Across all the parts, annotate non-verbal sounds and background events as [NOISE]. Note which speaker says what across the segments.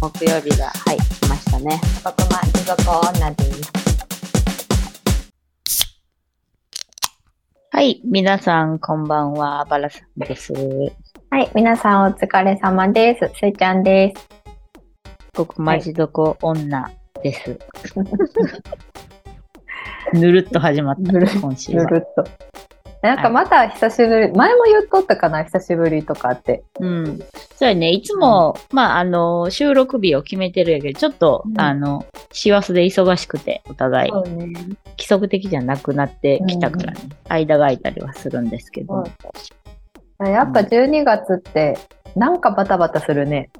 Speaker 1: 木曜日が、はい、来ましたね。
Speaker 2: パパマ持続女です。
Speaker 1: はい、皆さん、こんばんは、バラさんです。
Speaker 2: はい、皆さんお疲れ様です。せいちゃんです。
Speaker 1: 僕、マジどこ女です。ぬるっと始まっ
Speaker 2: ぬる
Speaker 1: た、今週は。
Speaker 2: っと。なんかまた久しぶり、前も言っとったかな、久しぶりとかって。
Speaker 1: うん。そうやね、いつも、まあ、あの、収録日を決めてるんやけど、ちょっと、
Speaker 2: うん
Speaker 1: あの、師走で忙しくて、お互い、
Speaker 2: そうね。
Speaker 1: 規則的じゃなくなってきたからね、間が空いたりはするんですけど、
Speaker 2: やっぱ12月って、なんかバタバタするね。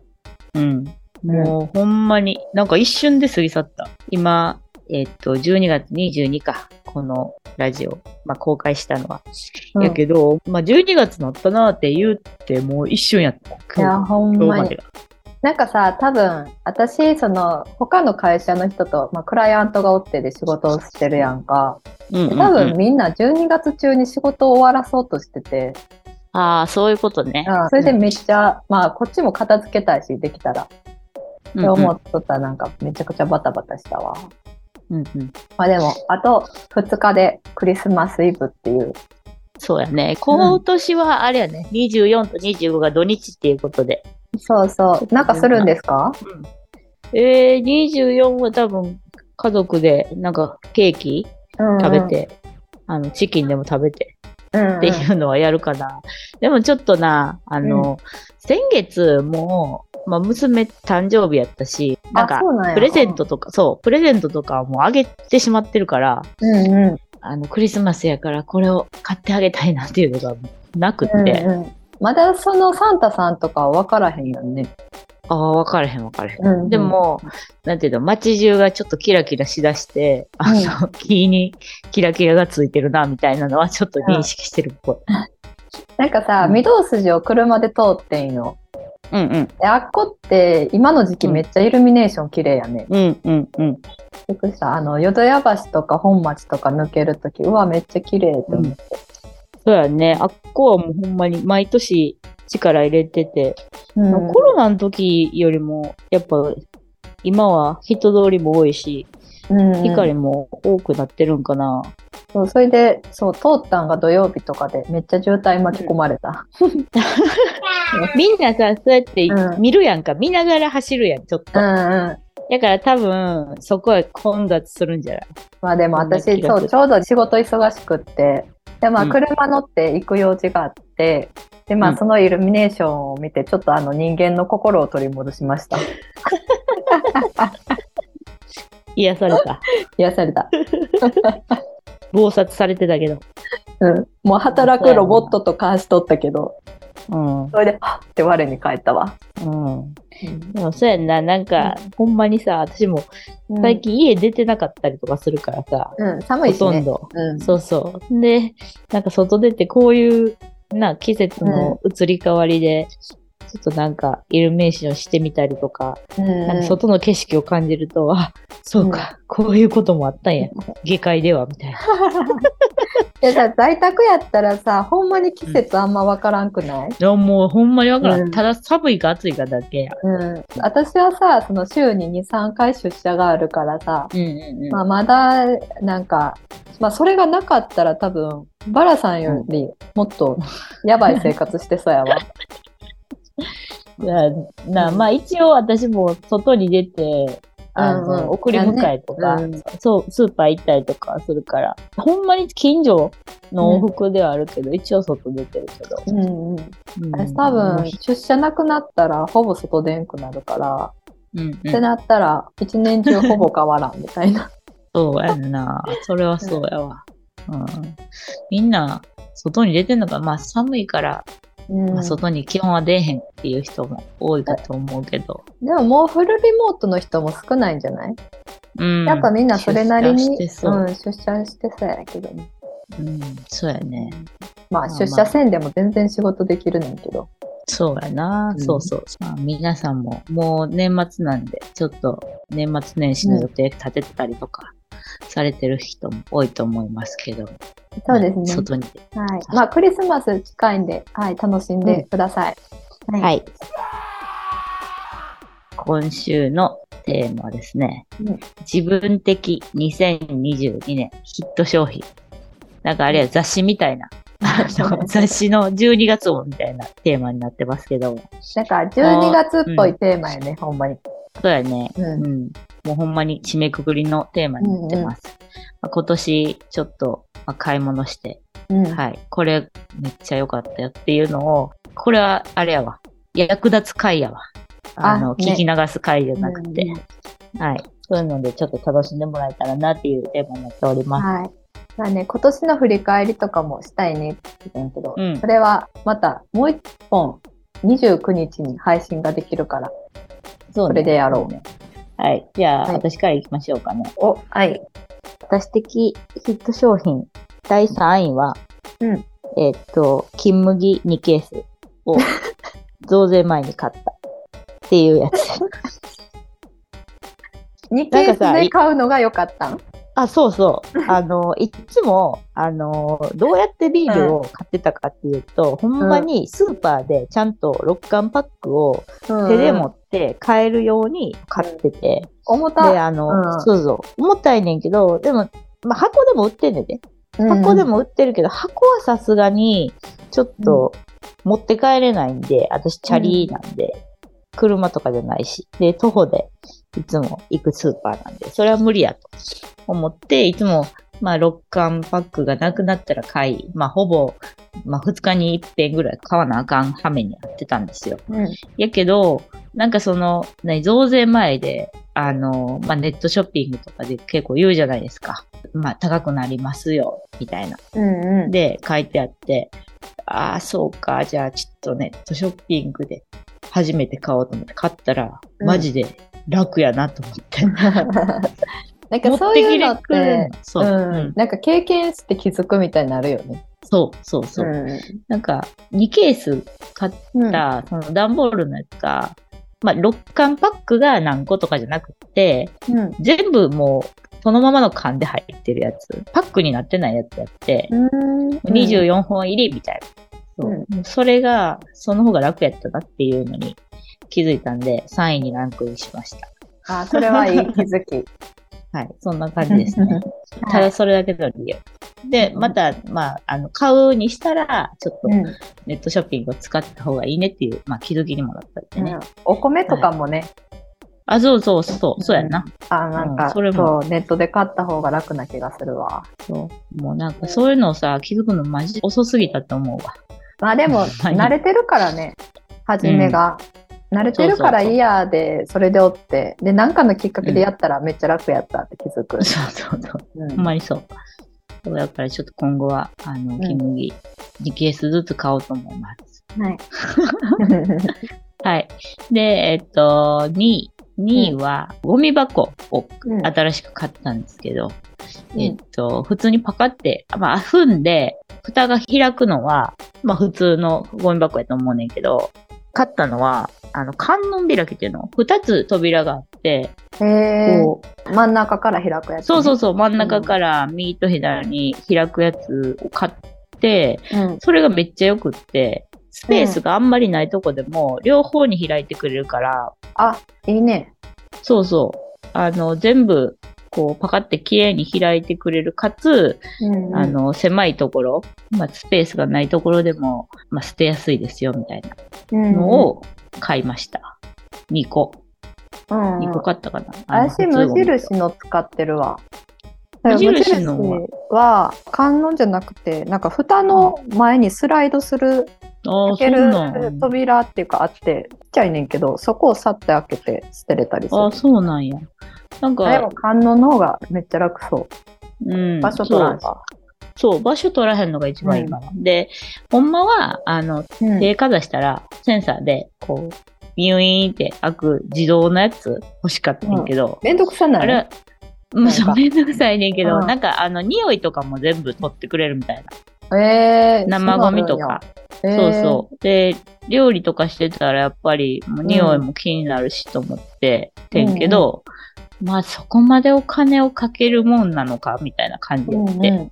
Speaker 1: うん。もう、ほんまに、なんか一瞬で過ぎ去った。今、えっと、12月22か、このラジオ、まあ、公開したのは。
Speaker 2: うん
Speaker 1: やけど、まあ、12月なったなって言って、もう一瞬やった。
Speaker 2: いや、
Speaker 1: 今
Speaker 2: ほん
Speaker 1: 日
Speaker 2: ま
Speaker 1: ま
Speaker 2: に
Speaker 1: で。が。
Speaker 2: なんかさ、多分、私、その、他の会社の人と、まあ、クライアントがおってで仕事をしてるやんか。
Speaker 1: うんうん
Speaker 2: で
Speaker 1: うん
Speaker 2: 多分、みんな12月中に仕事を終わらそうとしてて、
Speaker 1: ああ、そういうことね。
Speaker 2: それでめっちゃ、まあ、こっちも片付けたいし、できたら。
Speaker 1: うん
Speaker 2: って思っとったら、なんか、めちゃくちゃバタバタしたわ。
Speaker 1: うんうん
Speaker 2: まあ、でも、あと2日でクリスマスイブっていう。
Speaker 1: そうやね。今年はあれやね、24と25が土日っていうことで。
Speaker 2: そうそう。なんかするんですか
Speaker 1: えー、24は多分家族でなんかケーキ食べ。て、あのチキンでも食べて
Speaker 2: うんうん、うんうん
Speaker 1: っていうのはやるかな。でもちょっとな、あの、先月もう、まあ、娘誕生日やったし、なん
Speaker 2: あ
Speaker 1: か
Speaker 2: そうなんや
Speaker 1: プレゼントとか、そう、プレゼントとかはもうあげてしまってるから、
Speaker 2: うんうん
Speaker 1: あのクリスマスやからこれを買ってあげたいなっていうのがなくって、
Speaker 2: うんうん。まだそのサンタさんとかは分からへんよね。
Speaker 1: ああ、分からへん分からへん。
Speaker 2: うんうん
Speaker 1: でも、なんていうの、街中がちょっとキラキラしだして、あの、木にキラキラがついてるな、みたいなのはちょっと認識してるっぽい。
Speaker 2: なんかさ、
Speaker 1: うん
Speaker 2: 御堂筋を車で通ってんよ。
Speaker 1: うんうん。
Speaker 2: であっこって今の時期めっちゃイルミネーション綺麗やね。
Speaker 1: うんうんうん。
Speaker 2: びっくりした。あの、淀屋橋とか本町とか抜けるとき、うわ、めっちゃ綺麗って思って。
Speaker 1: そうやね。あっこはもうほんまに毎年力入れてて、
Speaker 2: うん
Speaker 1: コロナの時よりも、やっぱ、今は人通りも多いし、
Speaker 2: うんうん
Speaker 1: 光も多くなってるんかな。
Speaker 2: そう、それで、そう、通ったんが土曜日とかで、めっちゃ渋滞巻き込まれた。
Speaker 1: みんなさ、そうやって
Speaker 2: うん
Speaker 1: 見るやんか。見ながら走るやん、ちょっと。
Speaker 2: うん
Speaker 1: だ
Speaker 2: うん。
Speaker 1: から多分、そこは混雑するんじゃない
Speaker 2: [LAUGHS] まあでも
Speaker 1: そんな
Speaker 2: 私、
Speaker 1: 気
Speaker 2: そ
Speaker 1: がする
Speaker 2: う、ちょうど仕事忙しくって、で、
Speaker 1: う
Speaker 2: まあ
Speaker 1: ん
Speaker 2: 車乗って行く用事があって、で、ま
Speaker 1: う
Speaker 2: あ
Speaker 1: ん
Speaker 2: そのイルミネーションを見て、ちょっとあの人間の心を取り戻しました。
Speaker 1: [LAUGHS] 癒された。
Speaker 2: 癒された。
Speaker 1: 暴殺されてたけど。
Speaker 2: うん。もう働くロボットと関しとったけど、
Speaker 1: うん。う
Speaker 2: それで、はっって我に返ったわ。
Speaker 1: ん。でもそうやんな。なんか、ほんまにさ、私も
Speaker 2: うん
Speaker 1: 最、近家出てなかったりとかするからさ、
Speaker 2: うん、寒い
Speaker 1: ほ
Speaker 2: し
Speaker 1: と
Speaker 2: ね
Speaker 1: ん。ど。
Speaker 2: うん、
Speaker 1: そうそう。で、なんか外出てこういう、な、季節の移り変わりで、ちょっとなんかイルミネーションしてみたりとか、
Speaker 2: うん
Speaker 1: なんか外の景色を感じると、あ、そうか、こういうこともあったんや。下界では、み [LAUGHS] たいな。
Speaker 2: いやだから在宅やったらさ、ほんまに季節あんまわからんくない、
Speaker 1: いやもうほんまにわからん。
Speaker 2: うん
Speaker 1: ただ寒いか暑いかだけや。
Speaker 2: うん、私はさその週に23回出社があるからさ、
Speaker 1: うんうんうん
Speaker 2: まあ、まだなんか、まあ、それがなかったら多分バラさんよりもっとやばい生活してそうやわ。
Speaker 1: なな
Speaker 2: うん
Speaker 1: まあ一応私も外に出て、あの、
Speaker 2: うんうん
Speaker 1: 送り迎えとか、
Speaker 2: うん
Speaker 1: そう、スーパー行ったりとかするから、ほんまに近所の往復ではあるけど、一応外出てるけど。
Speaker 2: うんう
Speaker 1: [LAUGHS] うん
Speaker 2: ん、私多分、出社なくなったらほぼ外出んくなるから、
Speaker 1: うんう
Speaker 2: って
Speaker 1: ん、
Speaker 2: なったら一年中ほぼ変わらんみた
Speaker 1: [LAUGHS]
Speaker 2: いな。
Speaker 1: そうやんな。それはそうやわ。うん、みんな、外に出てんのか、まあ寒いから、
Speaker 2: うん、
Speaker 1: まあ、
Speaker 2: で
Speaker 1: 外に基本は出えへんっていう人も多いかと思うけど。
Speaker 2: ももうフルリモートの人も少ないんじゃない
Speaker 1: うん、
Speaker 2: やっぱみんなそれなり
Speaker 1: 出
Speaker 2: に
Speaker 1: 社してそう。
Speaker 2: ん、出社してそうやけどね。
Speaker 1: うん、そうやね。ま
Speaker 2: ま
Speaker 1: あ
Speaker 2: あ、出社せんでも全然仕事できるねんけど。
Speaker 1: そうやな、
Speaker 2: うん
Speaker 1: そうそう。まあ、皆さんも、もう年末なんで、ちょっと年末年始の予定立ててたりとか、されてる人も多いと思いますけど。
Speaker 2: そうですね
Speaker 1: はい外に出て。
Speaker 2: はい。まあ、クリスマス近いんで、はい、楽しんでください。
Speaker 1: はい。今週のテーマはですね、
Speaker 2: うん
Speaker 1: 自分的2022年ヒット商品。なんかあれは雑誌みたい
Speaker 2: [LAUGHS]
Speaker 1: な、あの雑誌の12月号みたいなテーマになってますけども。
Speaker 2: なんか12月っぽいテーマやね、ほんまに。
Speaker 1: そうやね。
Speaker 2: う。
Speaker 1: うんん。もうほんまに締めくくりのテーマになってます。まあ今年ちょっとまあ買い物して、
Speaker 2: うん。
Speaker 1: はい。これめっちゃ良かったよっていうのを、これはあれやわ。役立つ回やわ。あの、
Speaker 2: あね
Speaker 1: 聞き流す回じゃなくて、
Speaker 2: うん
Speaker 1: はい。そういうのでちょっと楽しんでもらえたらなっていうテーマになっております。
Speaker 2: はい。まあね、今年の振り返りとかもしたいねって言ってたけど、
Speaker 1: うん
Speaker 2: それはまたもう一本29日に配信ができるから。
Speaker 1: そうね
Speaker 2: それでやろう
Speaker 1: ね。はい。じゃあ、
Speaker 2: はい
Speaker 1: 私から行きましょうかね。
Speaker 2: お、はい。
Speaker 1: 私的ヒット商品第3位は、
Speaker 2: うん
Speaker 1: えーっと、金麦2ケース [LAUGHS] を増税前に買ったっていうやつ。
Speaker 2: 2ケ
Speaker 1: なんか
Speaker 2: ー
Speaker 1: さ
Speaker 2: ス
Speaker 1: い
Speaker 2: で買うのが良かったん
Speaker 1: あ、そうそう。 [LAUGHS] あの、いつも、あの、どうやってビールを買ってたかっていうと、ほんまにスーパーでちゃんと6缶パックを手で持って買えるように買ってて、
Speaker 2: 重た
Speaker 1: で、あの、
Speaker 2: うん
Speaker 1: そうそう、重たいねんけど、でも、まあ、箱でも売ってんねんで。箱でも売ってるけど、箱はさすがに、ちょっと、持って帰れないんで、私、チャリなんで、車とかじゃないし、で、徒歩で、いつも行くスーパーなんで、それは無理やと思って、いつも、まあ、6缶パックがなくなったら買い、まあ、ほぼ、まあ、2日に1遍ぐらい買わなあかん羽目にやってたんですよ。
Speaker 2: うん、うん
Speaker 1: やけど、なんかその、ね、増税前で、あの、まあ、ネットショッピングとかで結構言うじゃないですか。まあ、高くなりますよ、みたいな。
Speaker 2: うんう
Speaker 1: [LAUGHS]
Speaker 2: ん、
Speaker 1: で、書いてあって、ああ、そうか、じゃあちょっとネットショッピングで初めて買おうと思って買ったら、
Speaker 2: うん
Speaker 1: マジで楽やなと思って。
Speaker 2: [LAUGHS] なんかそういうの
Speaker 1: 持
Speaker 2: っ
Speaker 1: ってきて
Speaker 2: て、
Speaker 1: くれるのそうう、
Speaker 2: ん
Speaker 1: うん
Speaker 2: なんか経験して気づくみたいになるよね。
Speaker 1: そう、そう、そう。
Speaker 2: う
Speaker 1: なんか、2ケース買っ
Speaker 2: ん
Speaker 1: った、その段ボールのやつが、まあ、6缶パックが何個とかじゃなくて、
Speaker 2: うん
Speaker 1: 全部もう、そのままの缶で入ってるやつ、パックになってないやつやって、
Speaker 2: うん、
Speaker 1: 24本入りみたいな。そうそれが、その方が楽やったなっていうのに気づいたんで、3位にランクインしました。
Speaker 2: あそれはいい気
Speaker 1: [LAUGHS]
Speaker 2: づき。
Speaker 1: はい、そんな感じです
Speaker 2: [LAUGHS]
Speaker 1: ね。ただそれだけの理由。で、また、まあ、あの、買うにしたら、ちょっと
Speaker 2: うん
Speaker 1: ネットショッピングを使った方がいいねっていう、まあ、気づきにもなったんでね。
Speaker 2: うんお米とかもね、
Speaker 1: あ、そうそうそう、そうやな。
Speaker 2: あなんか、
Speaker 1: うんそ
Speaker 2: そ
Speaker 1: れも
Speaker 2: うネットで買った方が楽な気がするわ。
Speaker 1: そう。もうなんかそういうのをさ、気づくのマジ遅すぎたと思うわ。 [LAUGHS]
Speaker 2: まあでも、
Speaker 1: はい
Speaker 2: 慣れてるからね、初めが。慣れてるからいいやで、それでおって、で、なんかのきっかけでやったらめっちゃ楽やったって気づく。
Speaker 1: そうそうそう。
Speaker 2: うん
Speaker 1: ほんまにそう。そうだからちょっと今後は、あの、
Speaker 2: ん
Speaker 1: 金麦、2ケースずつ買おうと思います。 [LAUGHS]
Speaker 2: はい。
Speaker 1: はい。で、えっと、2位。2位は、ゴミ箱を
Speaker 2: うん
Speaker 1: 新しく買ったんですけど、
Speaker 2: うん
Speaker 1: えっと、普通にパカって、まあ、踏んで、蓋が開くのは、まあ、普通のゴミ箱やと思うねんけど、買ったのは、あの、観音開きっていうの二つ扉があって、
Speaker 2: へー
Speaker 1: こう
Speaker 2: 真ん中から開くやつ、
Speaker 1: そうそうそう、真ん中から右と左に開くやつを買って、
Speaker 2: うん。
Speaker 1: それがめっちゃ良くって、スペースがあんまりないとこでも、両方に開いてくれるから、
Speaker 2: あ、いいね。
Speaker 1: そうそう、あの、全部、こう、パカって綺麗に開いてくれる、かつ、
Speaker 2: うんうん
Speaker 1: あ、の、狭いところ、まあ、スペースがないところでも、まあ、捨てやすいですよ、みたいなの
Speaker 2: のを、
Speaker 1: を買いました。2個。
Speaker 2: うん
Speaker 1: 2個買ったかな。あの普
Speaker 2: 私、
Speaker 1: 通
Speaker 2: 無
Speaker 1: ゴミ
Speaker 2: 印の使ってるわ。
Speaker 1: 無印のは
Speaker 2: 無印は、観音じゃなくて、なんか蓋の前にスライドする、
Speaker 1: ああ、そ
Speaker 2: 開け
Speaker 1: う
Speaker 2: る
Speaker 1: なん。
Speaker 2: 扉っていうかあって、ちっちゃいねんけど、そこをさって開けて捨てれたりする
Speaker 1: あ。そうなんや。なん
Speaker 2: でも
Speaker 1: か、
Speaker 2: 観音の方がめっちゃ楽そ
Speaker 1: うん、
Speaker 2: う。場所取らんし。
Speaker 1: そうそう、場所取らへんのが一番いいかな。で、ほんまは、あの、
Speaker 2: うん
Speaker 1: 手かざしたら、センサーで、こう、ビューイーンって開く自動のやつ欲しかったねんけど、
Speaker 2: めんどくさな
Speaker 1: あ
Speaker 2: い
Speaker 1: れ、うん、
Speaker 2: なんか
Speaker 1: そうめんどくさいねんけど、
Speaker 2: うん
Speaker 1: なんか、あの、匂いとかも全部取ってくれるみたいな。
Speaker 2: えー
Speaker 1: 生ゴミとか。。
Speaker 2: そ
Speaker 1: そう
Speaker 2: うなんや
Speaker 1: そう。で、料理とかしてたらやっぱりもう匂いも気になるしと思っててんけど、まあそこまでお金をかけるもんなのかみたいな感じ
Speaker 2: えー
Speaker 1: やっ
Speaker 2: う
Speaker 1: て。
Speaker 2: ん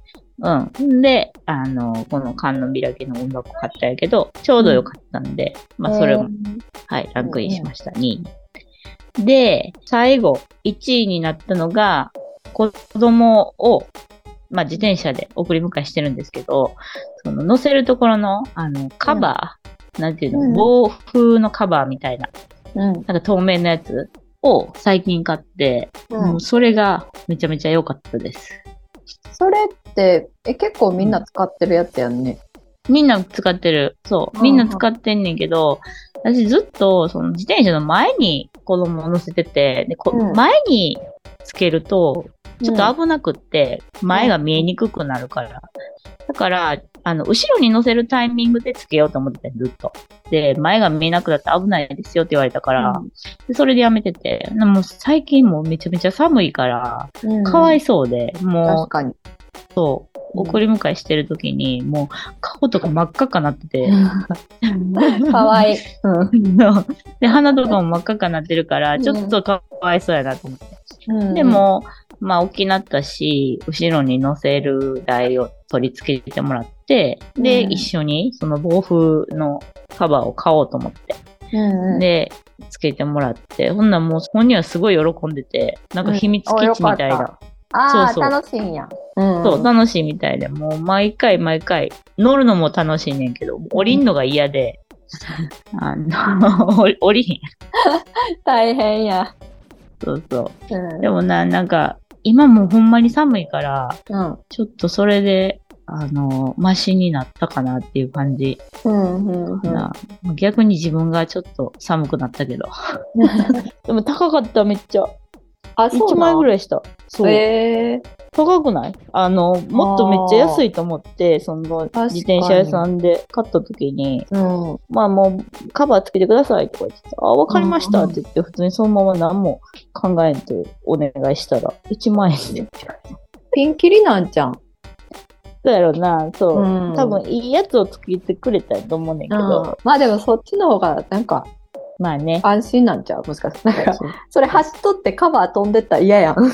Speaker 1: うん、で、あの、この缶の開きの音楽買ったんやけど、ちょうどよかったんで、まあそれも、はい、ランクインしました。2位。で、最後、1位になったのが、子供を、まあ、自転車で送り迎えしてるんですけど、その乗せるところの、あの、カバー、なんていう
Speaker 2: う
Speaker 1: の、
Speaker 2: ん
Speaker 1: 防風のカバーみたいな、
Speaker 2: う
Speaker 1: な
Speaker 2: ん。
Speaker 1: んか透明なやつを最近買って、もうそれがめちゃめちゃ良かったです。
Speaker 2: それって、え、結構みんな使ってるやつやんね。
Speaker 1: みんな使ってる。そ
Speaker 2: うん
Speaker 1: う。
Speaker 2: うん
Speaker 1: みんな使ってんねんけど、私ずっとその自転車の前に子供を乗せてて、でこ
Speaker 2: うん
Speaker 1: 前につけると、ちょっ
Speaker 2: うん
Speaker 1: と危なくって、前が見えにくくなるから。だから、あの、後ろに乗せるタイミングでつけようと思ってて、ずっと。で、前が見えなくなって危ないですよって言われたから、
Speaker 2: うん
Speaker 1: でそれでやめてて、なもう最近もうめちゃめちゃ寒いから、
Speaker 2: うん
Speaker 1: かわいそうで、もう
Speaker 2: 確かに。
Speaker 1: そう、送り迎えしてる時に、もう顔とか真っ赤っかなってて、 [LAUGHS]
Speaker 2: かわいい。
Speaker 1: そうで、鼻とかも真っ赤っかなってるから、
Speaker 2: うん
Speaker 1: ちょっとかわいそうやなと思って。
Speaker 2: うん
Speaker 1: で、も、まあ、大きなったし、後ろに乗せる台を取り付けてもらって、で、
Speaker 2: うん
Speaker 1: 一緒にその防風のカバーを買おうと思って、
Speaker 2: うんうん、
Speaker 1: で、つけてもらって、ほんならもう本人はすごい喜んでて、なんか秘密基
Speaker 2: うんおよ
Speaker 1: 地
Speaker 2: か
Speaker 1: み
Speaker 2: っ
Speaker 1: た
Speaker 2: た
Speaker 1: いな。
Speaker 2: ああ、
Speaker 1: そうそう
Speaker 2: 楽しいんや。うん
Speaker 1: そう、楽しいみたいで、もう毎回毎回、乗るのも楽しいねんけど、降りんのが嫌で、あの、 [LAUGHS] 降り降りひん。
Speaker 2: 大変や。
Speaker 1: そうそうう。
Speaker 2: ん
Speaker 1: でもな、なんか、今もうほんまに寒いから、
Speaker 2: うん
Speaker 1: ちょっとそれで、あの、マシになったかなっていう感じ
Speaker 2: うんうん
Speaker 1: か [LAUGHS] な。逆に自分がちょっと寒くなったけど。でも高かった、めっちゃ。
Speaker 2: あ、
Speaker 1: 1万円ぐ
Speaker 2: らい。
Speaker 1: らいした。そう。
Speaker 2: え
Speaker 1: 高くないあの、もっとめっちゃ安いと思って、その、
Speaker 2: かに
Speaker 1: 自転車屋さんで買った時に、
Speaker 2: ーうん、
Speaker 1: まあもうカバーつけてくださいとか言ってた。あ、わかりましたって言って、普通にそのまま何も考えんとお願いしたら、1万円で。
Speaker 2: ピンキリなんじゃん。
Speaker 1: そうやろな、そう。
Speaker 2: うん
Speaker 1: 多分いいやつを作ってくれたと思うねんけど、
Speaker 2: まあでもそっちの方がなんか
Speaker 1: まあね。
Speaker 2: 安心なんちゃうもしかして。なん
Speaker 1: [LAUGHS]
Speaker 2: か
Speaker 1: そう
Speaker 2: それ走っとってカバー飛んでったら嫌やん。うん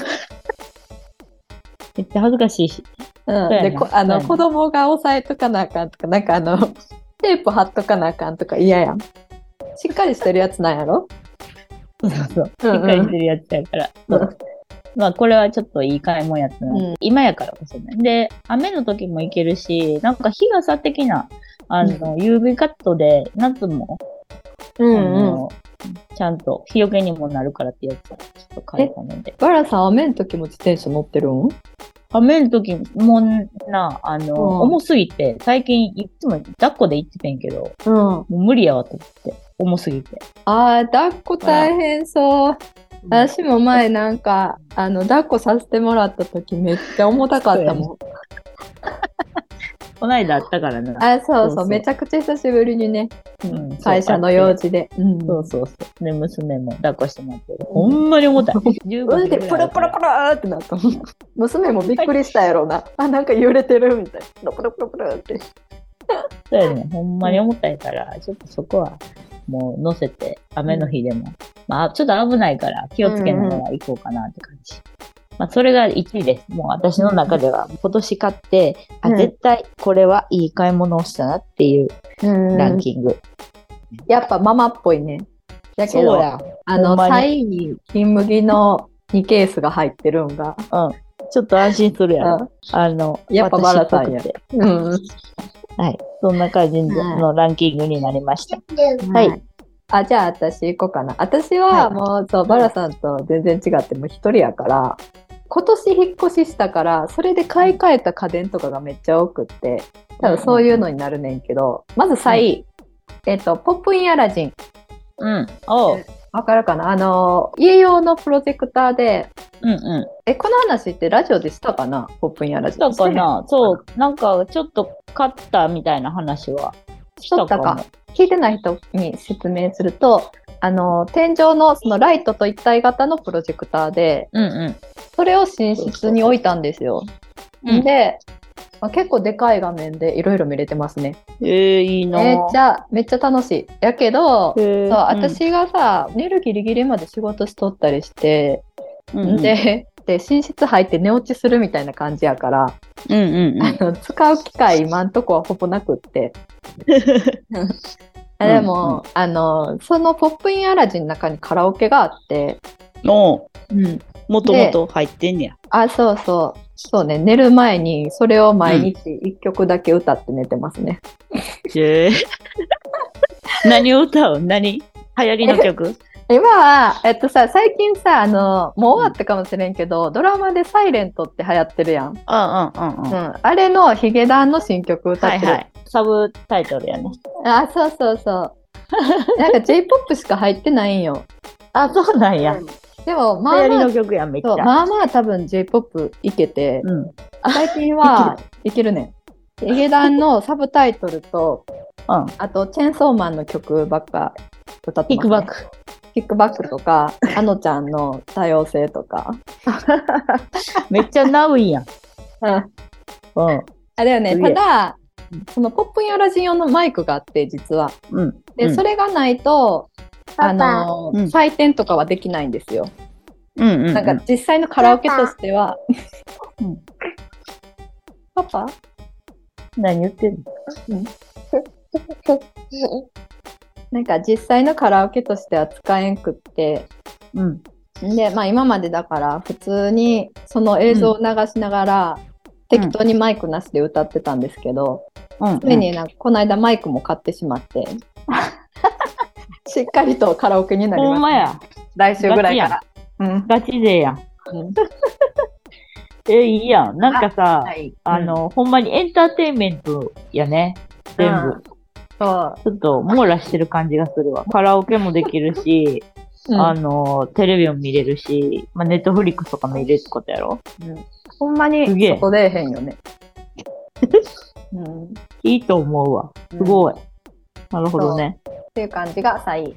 Speaker 1: めっちゃ恥ずかしいし。やね
Speaker 2: でこあ
Speaker 1: そうや
Speaker 2: の
Speaker 1: ね
Speaker 2: 子供が押さえとかなあかんとか、なんかあの、 [LAUGHS] テープ貼っとかなあかんとか嫌やん。しっかりしてるやつなんやろ
Speaker 1: そうそう。
Speaker 2: うんう
Speaker 1: 理解
Speaker 2: ん
Speaker 1: してるやつやから。そうまあこれはちょっといい買い物やったな。
Speaker 2: うん
Speaker 1: 今やからこそね。で、雨の時も行けるし、なんか日傘的な、あの、UV カットで夏も
Speaker 2: う
Speaker 1: あのちゃんと日よけにもなるからってやつをちょっと買えたので。
Speaker 2: バラさん、雨の時も自転車乗ってるん
Speaker 1: 雨の時もな、あの、
Speaker 2: ん
Speaker 1: 重すぎて、最近いつも抱っこで行っててんけど、
Speaker 2: うん。
Speaker 1: もう無理やわと思って、重すぎて。
Speaker 2: ああ、抱っこ大変そう。
Speaker 1: 私
Speaker 2: 私も前なんか、あの、抱っこさせてもらった時めっちゃ重たかったもん。
Speaker 1: こないだあったからな。
Speaker 2: あ、そうそう
Speaker 1: そうそう
Speaker 2: めちゃくちゃ久しぶりにね、
Speaker 1: うん
Speaker 2: 会社の用事で。うん。
Speaker 1: そうそうそう。で、娘も抱っこしてもらってる。ほんまに [LAUGHS] 重たい。15
Speaker 2: うん
Speaker 1: キ
Speaker 2: で、
Speaker 1: ロぐらい
Speaker 2: プルプルプルーってなった
Speaker 1: [LAUGHS]
Speaker 2: もん。娘もびっくりしたやろうな。あ、なんか揺れてるみたいな。プルプルプルプルって。
Speaker 1: そうやね。ほんまに重たいから、ちょっとそこは、もう乗せて、雨の日でも、まあ、ちょっと危ないから気をつけながら行こうかなって感じ。まあ、それが1位です。もう私の中では、今年買って、
Speaker 2: うん
Speaker 1: あ、絶対これはいい買い物をしたなっていうラン
Speaker 2: うん。
Speaker 1: キング。
Speaker 2: やっぱママっぽいね。だけ
Speaker 1: そう
Speaker 2: ど、
Speaker 1: や。
Speaker 2: あ
Speaker 1: ほ
Speaker 2: の、
Speaker 1: んまに
Speaker 2: サイに金麦の2ケースが入ってるんが。
Speaker 1: ちょっと安心するやろ。
Speaker 2: うん
Speaker 1: あの、
Speaker 2: やっ
Speaker 1: 私ぽ
Speaker 2: ぱ
Speaker 1: く
Speaker 2: バラさんや
Speaker 1: て
Speaker 2: うん。
Speaker 1: はい。そんな感じのランキングになりました。はい。
Speaker 2: あ、じゃあ私行こうかな。私は
Speaker 1: はい
Speaker 2: もう、そう、バラさんと全然違って、もう一人やから、今年引っ越ししたから、それで買い替えた家電とかがめっちゃ多くって、多分そういうのになるねんけど、まずさい、えっ、と、ポップインアラジン。
Speaker 1: うん。おう。
Speaker 2: わかるかなあの、家用のプロジェクターで、
Speaker 1: うんうん。
Speaker 2: え、この話ってラジオでしたかなポップインアラジン。
Speaker 1: したかなそう。なんか、ちょっと勝ったみたいな話はし
Speaker 2: と
Speaker 1: た
Speaker 2: った
Speaker 1: かも。
Speaker 2: か聞いてない人に説明すると、あの、天井のそのライトと一体型のプロジェクターで、
Speaker 1: うんうん。
Speaker 2: それを寝室に置いたんですよ。
Speaker 1: うん
Speaker 2: で、まあ、結構でかい画面でいろいろ見れてますね。
Speaker 1: えー、いいなぁ。
Speaker 2: めっちゃ、めっちゃ楽しい。やけど、
Speaker 1: へ
Speaker 2: そう
Speaker 1: ー、
Speaker 2: 私がさ、寝るギリギリまで仕事しとったりして、
Speaker 1: うんうん、
Speaker 2: で、で、寝室入って寝落ちするみたいな感じやから、
Speaker 1: うんうんうん。 [LAUGHS]
Speaker 2: あの使う機会今んとこはほぼなくって。あでも、あの、そのポップインアラジンの中にカラオケがあって、
Speaker 1: おう
Speaker 2: うん。
Speaker 1: もともと入ってんねや。
Speaker 2: あ、そうそう。そうね、寝る前にそれを毎日一曲だけ歌って寝てますね。
Speaker 1: へえ [LAUGHS] 何を歌う何流行りの
Speaker 2: [LAUGHS]
Speaker 1: 曲
Speaker 2: 今は、えっとさ、最近さ、あの、もう終わったかもしれんけど、ドラマでサイレントって流行ってるやん。
Speaker 1: あうんうんうんう
Speaker 2: う
Speaker 1: ん。
Speaker 2: ん。あれのヒゲダンの新曲歌
Speaker 1: は
Speaker 2: っ
Speaker 1: い
Speaker 2: てる。
Speaker 1: はい。サブタイトルやね。
Speaker 2: あ、そうそう
Speaker 1: [LAUGHS]
Speaker 2: そう。なんか J-POP しか入ってないんよ。
Speaker 1: あ、そうなんや。流
Speaker 2: でも、ま
Speaker 1: 行
Speaker 2: あ
Speaker 1: り
Speaker 2: まあ
Speaker 1: の、曲やん、めっち
Speaker 2: そう
Speaker 1: ゃ。
Speaker 2: まあまあ多分 J-POP いけて、
Speaker 1: うん。うん。
Speaker 2: 最近
Speaker 1: [LAUGHS]
Speaker 2: はいけるねん。ヒゲダンのサブタイトルと、あと、チェンソーマンの曲ばっか歌ってます、ね。
Speaker 1: キックバッ。ク。
Speaker 2: キックバックとか、あのちゃんの多様性とか。
Speaker 1: めっちゃナウイやん。
Speaker 2: うん
Speaker 1: うん。
Speaker 2: あれよね、
Speaker 1: すげ
Speaker 2: た
Speaker 1: え
Speaker 2: だ、そのポップインアラジン用のマイクがあって、実は。
Speaker 1: うん。
Speaker 2: で、
Speaker 1: うん
Speaker 2: それがないと、あの、
Speaker 1: うん
Speaker 2: 採点とかはできないんですよ。
Speaker 1: うんうんうん。
Speaker 2: なんか実際のカラオケとしては、うん [LAUGHS] パパ
Speaker 1: 何言ってんの
Speaker 2: なんか実際のカラオケとしては使えんくって、
Speaker 1: うん。
Speaker 2: で、まあ今までだから普通にその映像を流しながら、適当にマイクなしで歌ってたんですけど、
Speaker 1: うん。
Speaker 2: ついになんかこの間マイクも買ってしまって、しっかりとカラオケになりました。
Speaker 1: ほんまや。
Speaker 2: 来週ぐらいから。うん。
Speaker 1: ガチ勢やん。え、いいやん。なんかさ、
Speaker 2: い。
Speaker 1: あ、の、ほんまにエンターテインメントやね。全
Speaker 2: う
Speaker 1: 部
Speaker 2: ん。そ
Speaker 1: ちょっと網羅してる感じがするわ。カラオケもできるし、
Speaker 2: う。
Speaker 1: あの、テレビも見れるし、まあ、ネットフリックスとかも見れるってことやろ
Speaker 2: ほんま
Speaker 1: す
Speaker 2: に
Speaker 1: げえ
Speaker 2: そこ出えへんよね。うん、っ
Speaker 1: いいと思うわ。すごい。なるほどね。
Speaker 2: ていう感じが3位。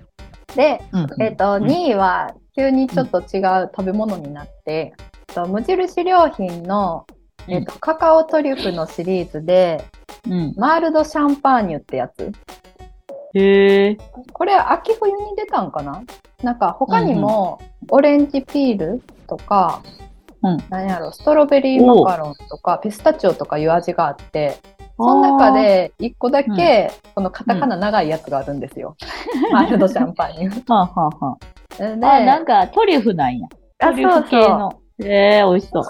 Speaker 2: で、
Speaker 1: うん
Speaker 2: えっと
Speaker 1: うん
Speaker 2: 2位は急にちょっと違う食べ物になって、えっと無印良品の、えっとカカオトリュフのシリーズで、
Speaker 1: うん。
Speaker 2: マールドシャンパーニュってやつ。
Speaker 1: へえ。
Speaker 2: これ秋冬に出たんかななんか他にも、オレンジピールとか、
Speaker 1: うん
Speaker 2: なんやろストロベリーマカロンとかピスタチオとかいう味があってその中で1個だけ、このカタカナ長いやつがあるんですよ、 [LAUGHS] マールドシャンパーニュ
Speaker 1: あー。はあはあは
Speaker 2: で
Speaker 1: [LAUGHS] あ。あ、なんかトリュフなんや。
Speaker 2: あ
Speaker 1: トリュフ系の。へえ、美味しそう。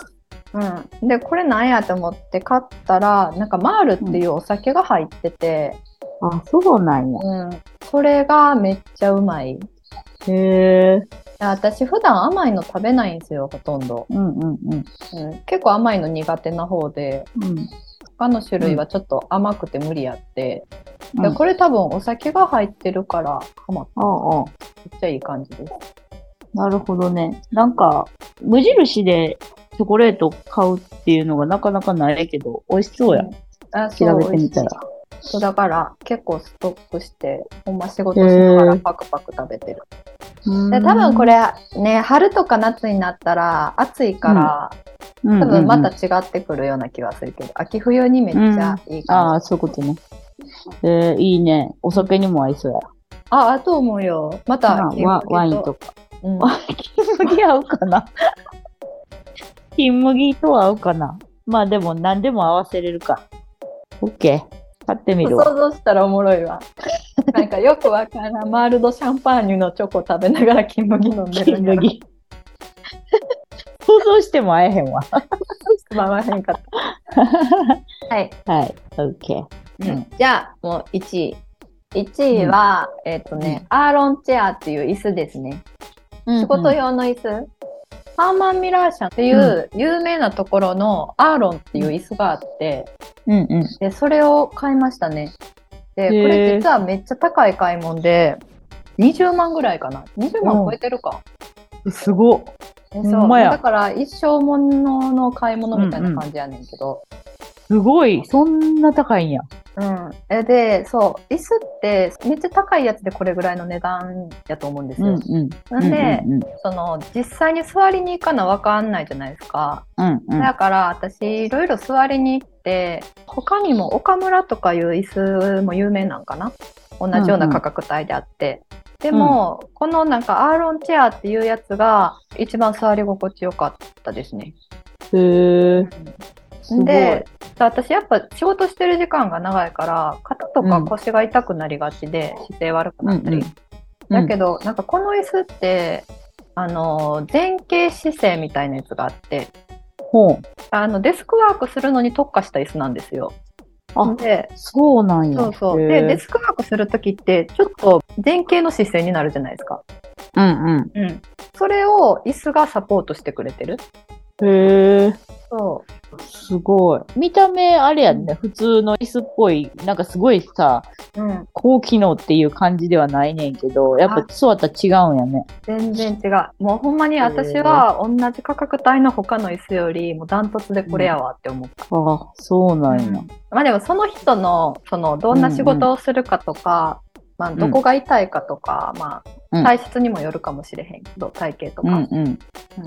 Speaker 2: うん、でこれなんやと思って買ったらなんかマールっていうお酒が入ってて、
Speaker 1: あ、そうなんや。
Speaker 2: うんそれがめっちゃうまいい
Speaker 1: へえ。
Speaker 2: や私普段甘いの食べないんですよほとんど、
Speaker 1: うんうんうん。
Speaker 2: うん、結構甘いの苦手な方で
Speaker 1: うん。
Speaker 2: 他の種類はちょっと甘くて無理やって、
Speaker 1: うん
Speaker 2: でこれ多分お酒が入ってるからハマっ
Speaker 1: ああああ。
Speaker 2: ちゃいい感じです
Speaker 1: なるほどね。なんか、無印でチョコレート買うっていうのがなかなかないけど、美味しそうや。
Speaker 2: あ
Speaker 1: 調べてみたら。
Speaker 2: そうだから結構ストックしてほんま仕事しながらパクパク食べてるで多分こ
Speaker 1: れ、
Speaker 2: れね春とか夏になったら暑いから、
Speaker 1: うん
Speaker 2: 多分また
Speaker 1: うんうん
Speaker 2: 違ってくるような気はするけど、秋冬にめっちゃいい
Speaker 1: あ
Speaker 2: 感
Speaker 1: あ、そういうことね。えー、いいね。お酒にも合いそうや。
Speaker 2: じ、ああと思うよまた
Speaker 1: まあ
Speaker 2: 金麦
Speaker 1: ワワインとか。
Speaker 2: うん
Speaker 1: ワ金麦合うかな [LAUGHS] 金麦とは合うかなまあでも何でも合わせれるか。オッケー。買ってみるわ。
Speaker 2: 想像したらおもろ
Speaker 1: [LAUGHS]
Speaker 2: いわなんかよくわからんマールドシャンパーニュのチョコ食べながら金麦飲んでる
Speaker 1: 金
Speaker 2: んやろ
Speaker 1: 麦。想像しても合えへんわ。
Speaker 2: 回らへんかった
Speaker 1: [LAUGHS]
Speaker 2: はい、
Speaker 1: はい。オッケー。うん
Speaker 2: じゃあもう1位1位は、えっ、とね、アーロンチェアっていう椅子ですね仕事用の椅子、ハーマン・ミラー社っていう有名なところのアーロンっていう椅子があって
Speaker 1: うんうん。
Speaker 2: でそれを買いましたねで
Speaker 1: へ
Speaker 2: こ
Speaker 1: ー
Speaker 2: れ実はめっちゃ高い買い物で20万ぐらいかな20万超えてるか、
Speaker 1: すごっ。
Speaker 2: で
Speaker 1: ほんまや
Speaker 2: だから一生ものの買い物みたいな感じやねんけど、
Speaker 1: すごい。そんな高いんや。
Speaker 2: うんえでそう椅子ってめっちゃ高いやつでこれぐらいの値段やと思うんですよ、
Speaker 1: ん。
Speaker 2: なんで、
Speaker 1: うん
Speaker 2: その実際に座りに行かな分かんないじゃないですか
Speaker 1: うんうん。
Speaker 2: だから私いろいろ座りに行って他にも岡村とかいう椅子も有名なんかな同じような価格帯であって、でも、このなんかアーロンチェアっていうやつが一番座り心地よかったですね、
Speaker 1: へえ。すごい。
Speaker 2: で私やっぱ仕事してる時間が長いから肩とか腰が痛くなりがちで、姿勢悪くなったり、だけ
Speaker 1: ど、
Speaker 2: どなんかこの椅子ってあの前傾姿勢みたいなやつがあって
Speaker 1: ほう
Speaker 2: あのデスクワークするのに特化した椅子なんですよ。
Speaker 1: あ
Speaker 2: で
Speaker 1: そうなんや。
Speaker 2: そうそう
Speaker 1: へー
Speaker 2: でデスクワークする時ってちょっと前傾の姿勢になるじゃないですか。
Speaker 1: うん
Speaker 2: うん、それを椅子がサポートしてくれてる。
Speaker 1: うん。へえ、
Speaker 2: そ
Speaker 1: すごい。見た目、あれやね、普通の椅子っぽい、なんかすごいさ、
Speaker 2: う、うん、
Speaker 1: 高機能っていう感じではないねんけど、やっぱ座ったら違うんやね。
Speaker 2: 全然違う。もうほんまに私は同じ価格帯の他の椅子よりもダントツでこれやわって思った。
Speaker 1: ああ、そうなんや。
Speaker 2: まあでもその人のそのどんな仕事をするかとか、まあ、どこが痛いかとか、ま
Speaker 1: うん
Speaker 2: あ、体質にもよるかもしれへんけど体型と
Speaker 1: う
Speaker 2: か、
Speaker 1: んうん。
Speaker 2: うん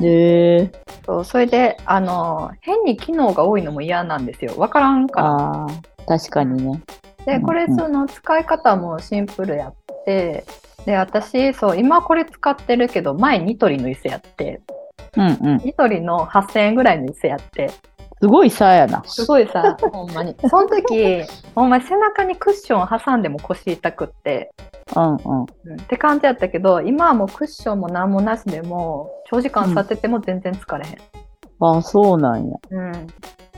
Speaker 1: へえ、
Speaker 2: そうそれであの変に機能が多いのも嫌なんですよ分からんか
Speaker 1: ああ、確かにね。
Speaker 2: ら。でこれ
Speaker 1: うんうん
Speaker 2: その使い方もシンプルやってで私そう今これ使ってるけど前ニトリの椅子やって
Speaker 1: うんうん。
Speaker 2: ニトリの8,000円ぐらいの椅子やって
Speaker 1: すごい差やな。
Speaker 2: すごい
Speaker 1: [LAUGHS]
Speaker 2: さほんまにその時ほんまに背中にクッションを挟んでも腰痛くって。
Speaker 1: うんうん。
Speaker 2: うんって感じやったけど今はもうクッションも何もなしでも長時間座ってても全然疲れへん、
Speaker 1: ああ、そうなんや。
Speaker 2: うん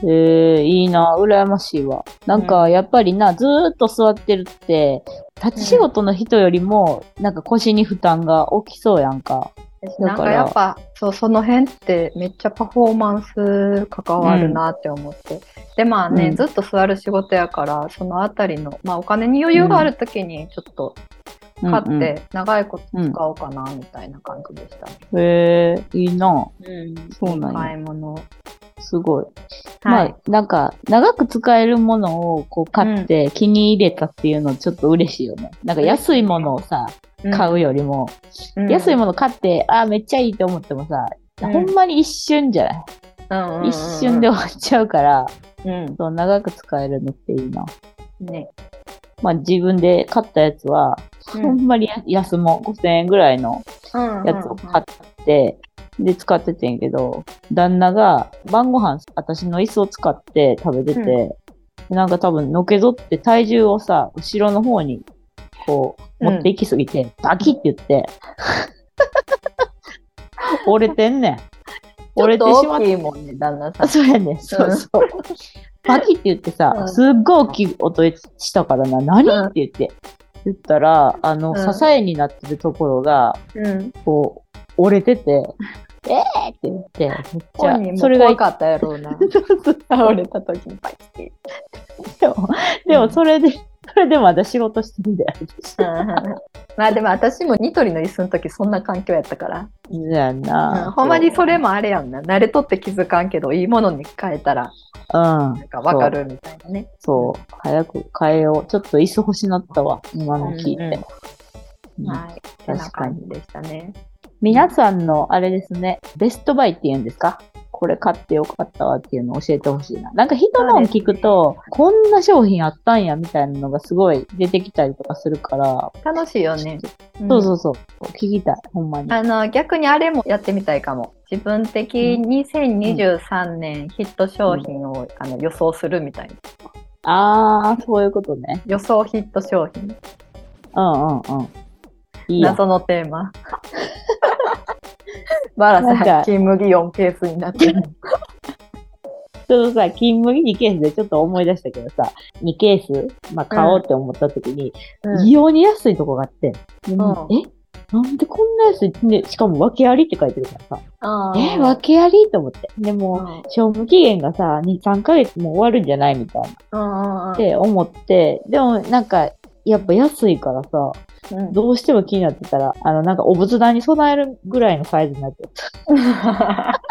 Speaker 1: ええ、いいな、羨ましいわ。なんか、やっぱりな、ずーっと座ってるって、立ち仕事の人よりも、なんか腰に負担が起きそうやんか。ら
Speaker 2: なんかやっぱそうその辺ってめっちゃパフォーマンス関わるなって思って、でまあね、
Speaker 1: うん
Speaker 2: ずっと座る仕事やからそのあたりの、まあ、お金に余裕がある時にちょっと
Speaker 1: うん
Speaker 2: 買っ
Speaker 1: うん。
Speaker 2: て長いこと使おうかなみたいな感じでしたね、
Speaker 1: へえ、いいな。
Speaker 2: うん
Speaker 1: そうなんや
Speaker 2: 買い物はい、
Speaker 1: すごい。まあ、なんか、長く使えるものをこう買って気に入れたっていうのちょっと嬉しいよね。なんか安いものをさ、買うよりも、
Speaker 2: うん、
Speaker 1: 安いもの買って、ああ、めっちゃいいと思ってもさ、
Speaker 2: うん
Speaker 1: ほんまに一瞬じゃない、
Speaker 2: うんうんうんうん
Speaker 1: 一瞬で終わっちゃうから、
Speaker 2: うん
Speaker 1: そう長く使えるのっていいな。
Speaker 2: ね、
Speaker 1: まあ自分で買ったやつは、
Speaker 2: う
Speaker 1: ほんまにや安も5000円ぐらいのやつを買って、で、使っててんけど、旦那が晩ご飯、私の椅子を使って食べてて、でなんか多分のけぞって体重をさ、後ろの方にこう、
Speaker 2: うん
Speaker 1: 持っていきすぎて、バキって言
Speaker 2: [LAUGHS]
Speaker 1: って、折れてんねん。折れてしまっ
Speaker 2: ちょっと大きいもんね、旦那さ
Speaker 1: た。
Speaker 2: ん。
Speaker 1: そうやねん。そうそう。バキって言ってさ
Speaker 2: う、ん
Speaker 1: すっごい大きい音したからな、
Speaker 2: うん
Speaker 1: 何って言って。言ったら、あの、
Speaker 2: うん
Speaker 1: 支えになってるところが、
Speaker 2: うん。
Speaker 1: こう、折れてて、えーって言って、め
Speaker 2: 本
Speaker 1: っち
Speaker 2: 人
Speaker 1: ゃ、
Speaker 2: も
Speaker 1: それが
Speaker 2: 怖
Speaker 1: 痛
Speaker 2: かったやろうな。倒れた時にパキって。
Speaker 1: よ。でも、それで、それでも私仕事してるんだよ。
Speaker 2: まあでも私もニトリの椅子の時そんな環境やったから、
Speaker 1: じゃあな、
Speaker 2: うんほんまにそれもあれやんな慣れとって気づかんけどいいものに変えたら
Speaker 1: うん
Speaker 2: な。んかわかるみたいなね
Speaker 1: そう、早く変えよう。ちょっと椅子欲しなったわ、今の聞い
Speaker 2: うん
Speaker 1: て。うん
Speaker 2: はいってな感じでしたね
Speaker 1: 皆さんの、あれですね、ベストバイって言うんですかこれ買ってよかったわっていうのを教えてほしいな。なんか人のを聞くと、こんな商品あったんやみたいなのがすごい出てきたりとかするから、
Speaker 2: 楽しいよね、
Speaker 1: そうそううそう、聞きたい、ほんまに
Speaker 2: ん。あの逆にあれもやってみたいかも自分的2023年ヒット商品を、あの予想するみたいな
Speaker 1: あー、そういうことね。
Speaker 2: 予想ヒット商品
Speaker 1: うんうんうん。いいや。
Speaker 2: 謎のテ
Speaker 1: [LAUGHS]
Speaker 2: ーマ。バラ
Speaker 1: なんか
Speaker 2: さん、金麦4ケースになって
Speaker 1: [LAUGHS]
Speaker 2: る。
Speaker 1: ちょっとさ、金麦2ケースでちょっと思い出したけどさ、2ケース、まあ、買おうって思った時に、異様に安いとこがあって、もうえなんでこんな安い、ね、しかも訳ありって書いてるからさ、え、訳ありと思って。でも、賞味期限がさ、2、3ヶ月もう終わるんじゃないみたいなって思って、でもなんか、やっぱ安いからさ、
Speaker 2: ど
Speaker 1: どうしても気になってたら、あの、なんかお仏壇に備えるぐらいのサイズになってた。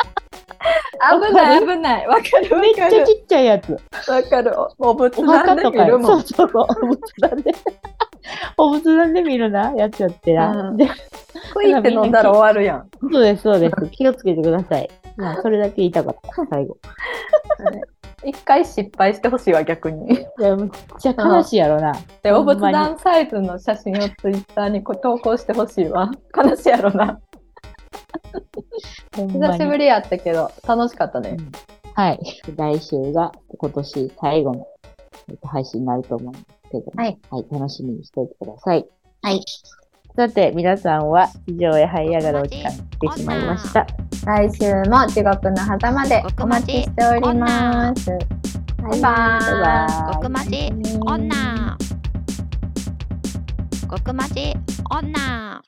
Speaker 2: 危ない、危ない。わかる、
Speaker 1: めっ
Speaker 2: わ
Speaker 1: ちゃ
Speaker 2: か
Speaker 1: ち
Speaker 2: る。
Speaker 1: っちゃいやつ。
Speaker 2: わかる。お仏
Speaker 1: お墓
Speaker 2: 壇で
Speaker 1: と
Speaker 2: 見
Speaker 1: か
Speaker 2: る
Speaker 1: よ。
Speaker 2: も
Speaker 1: そ
Speaker 2: ん
Speaker 1: う。そうそう。お仏壇で。 [LAUGHS] お仏壇で見るな、やつやってな。
Speaker 2: うん
Speaker 1: で、
Speaker 2: クイって飲んだら終わるやん。
Speaker 1: そうです、そうです。気をつけてください。まあ、それだけ言いたかった、最後。
Speaker 2: 一回失敗 [LAUGHS] してほしいわ、逆に。
Speaker 1: いや、めっちゃ悲しいやろな。
Speaker 2: で、
Speaker 1: ほ
Speaker 2: お
Speaker 1: んま
Speaker 2: 仏
Speaker 1: に
Speaker 2: 壇サイズの写真をツイッターにこう投稿してほしいわ。悲しいやろな。
Speaker 1: ほんまに
Speaker 2: 久しぶりやったけど、楽しかったね。
Speaker 1: うんはい。来週が今年最後のえっと配信になると思うんですけども、
Speaker 2: はい。
Speaker 1: はい、楽しみにしておいてください。
Speaker 2: はい。
Speaker 1: さて、皆さんは以上へ這い上がるお時間が来てしまいました。
Speaker 2: 来週も地獄の狭間でお待ちしております。バ
Speaker 1: バイ
Speaker 2: イバ
Speaker 1: バ
Speaker 2: ーイ。
Speaker 1: ーイ。
Speaker 3: 極マジ女極マジ女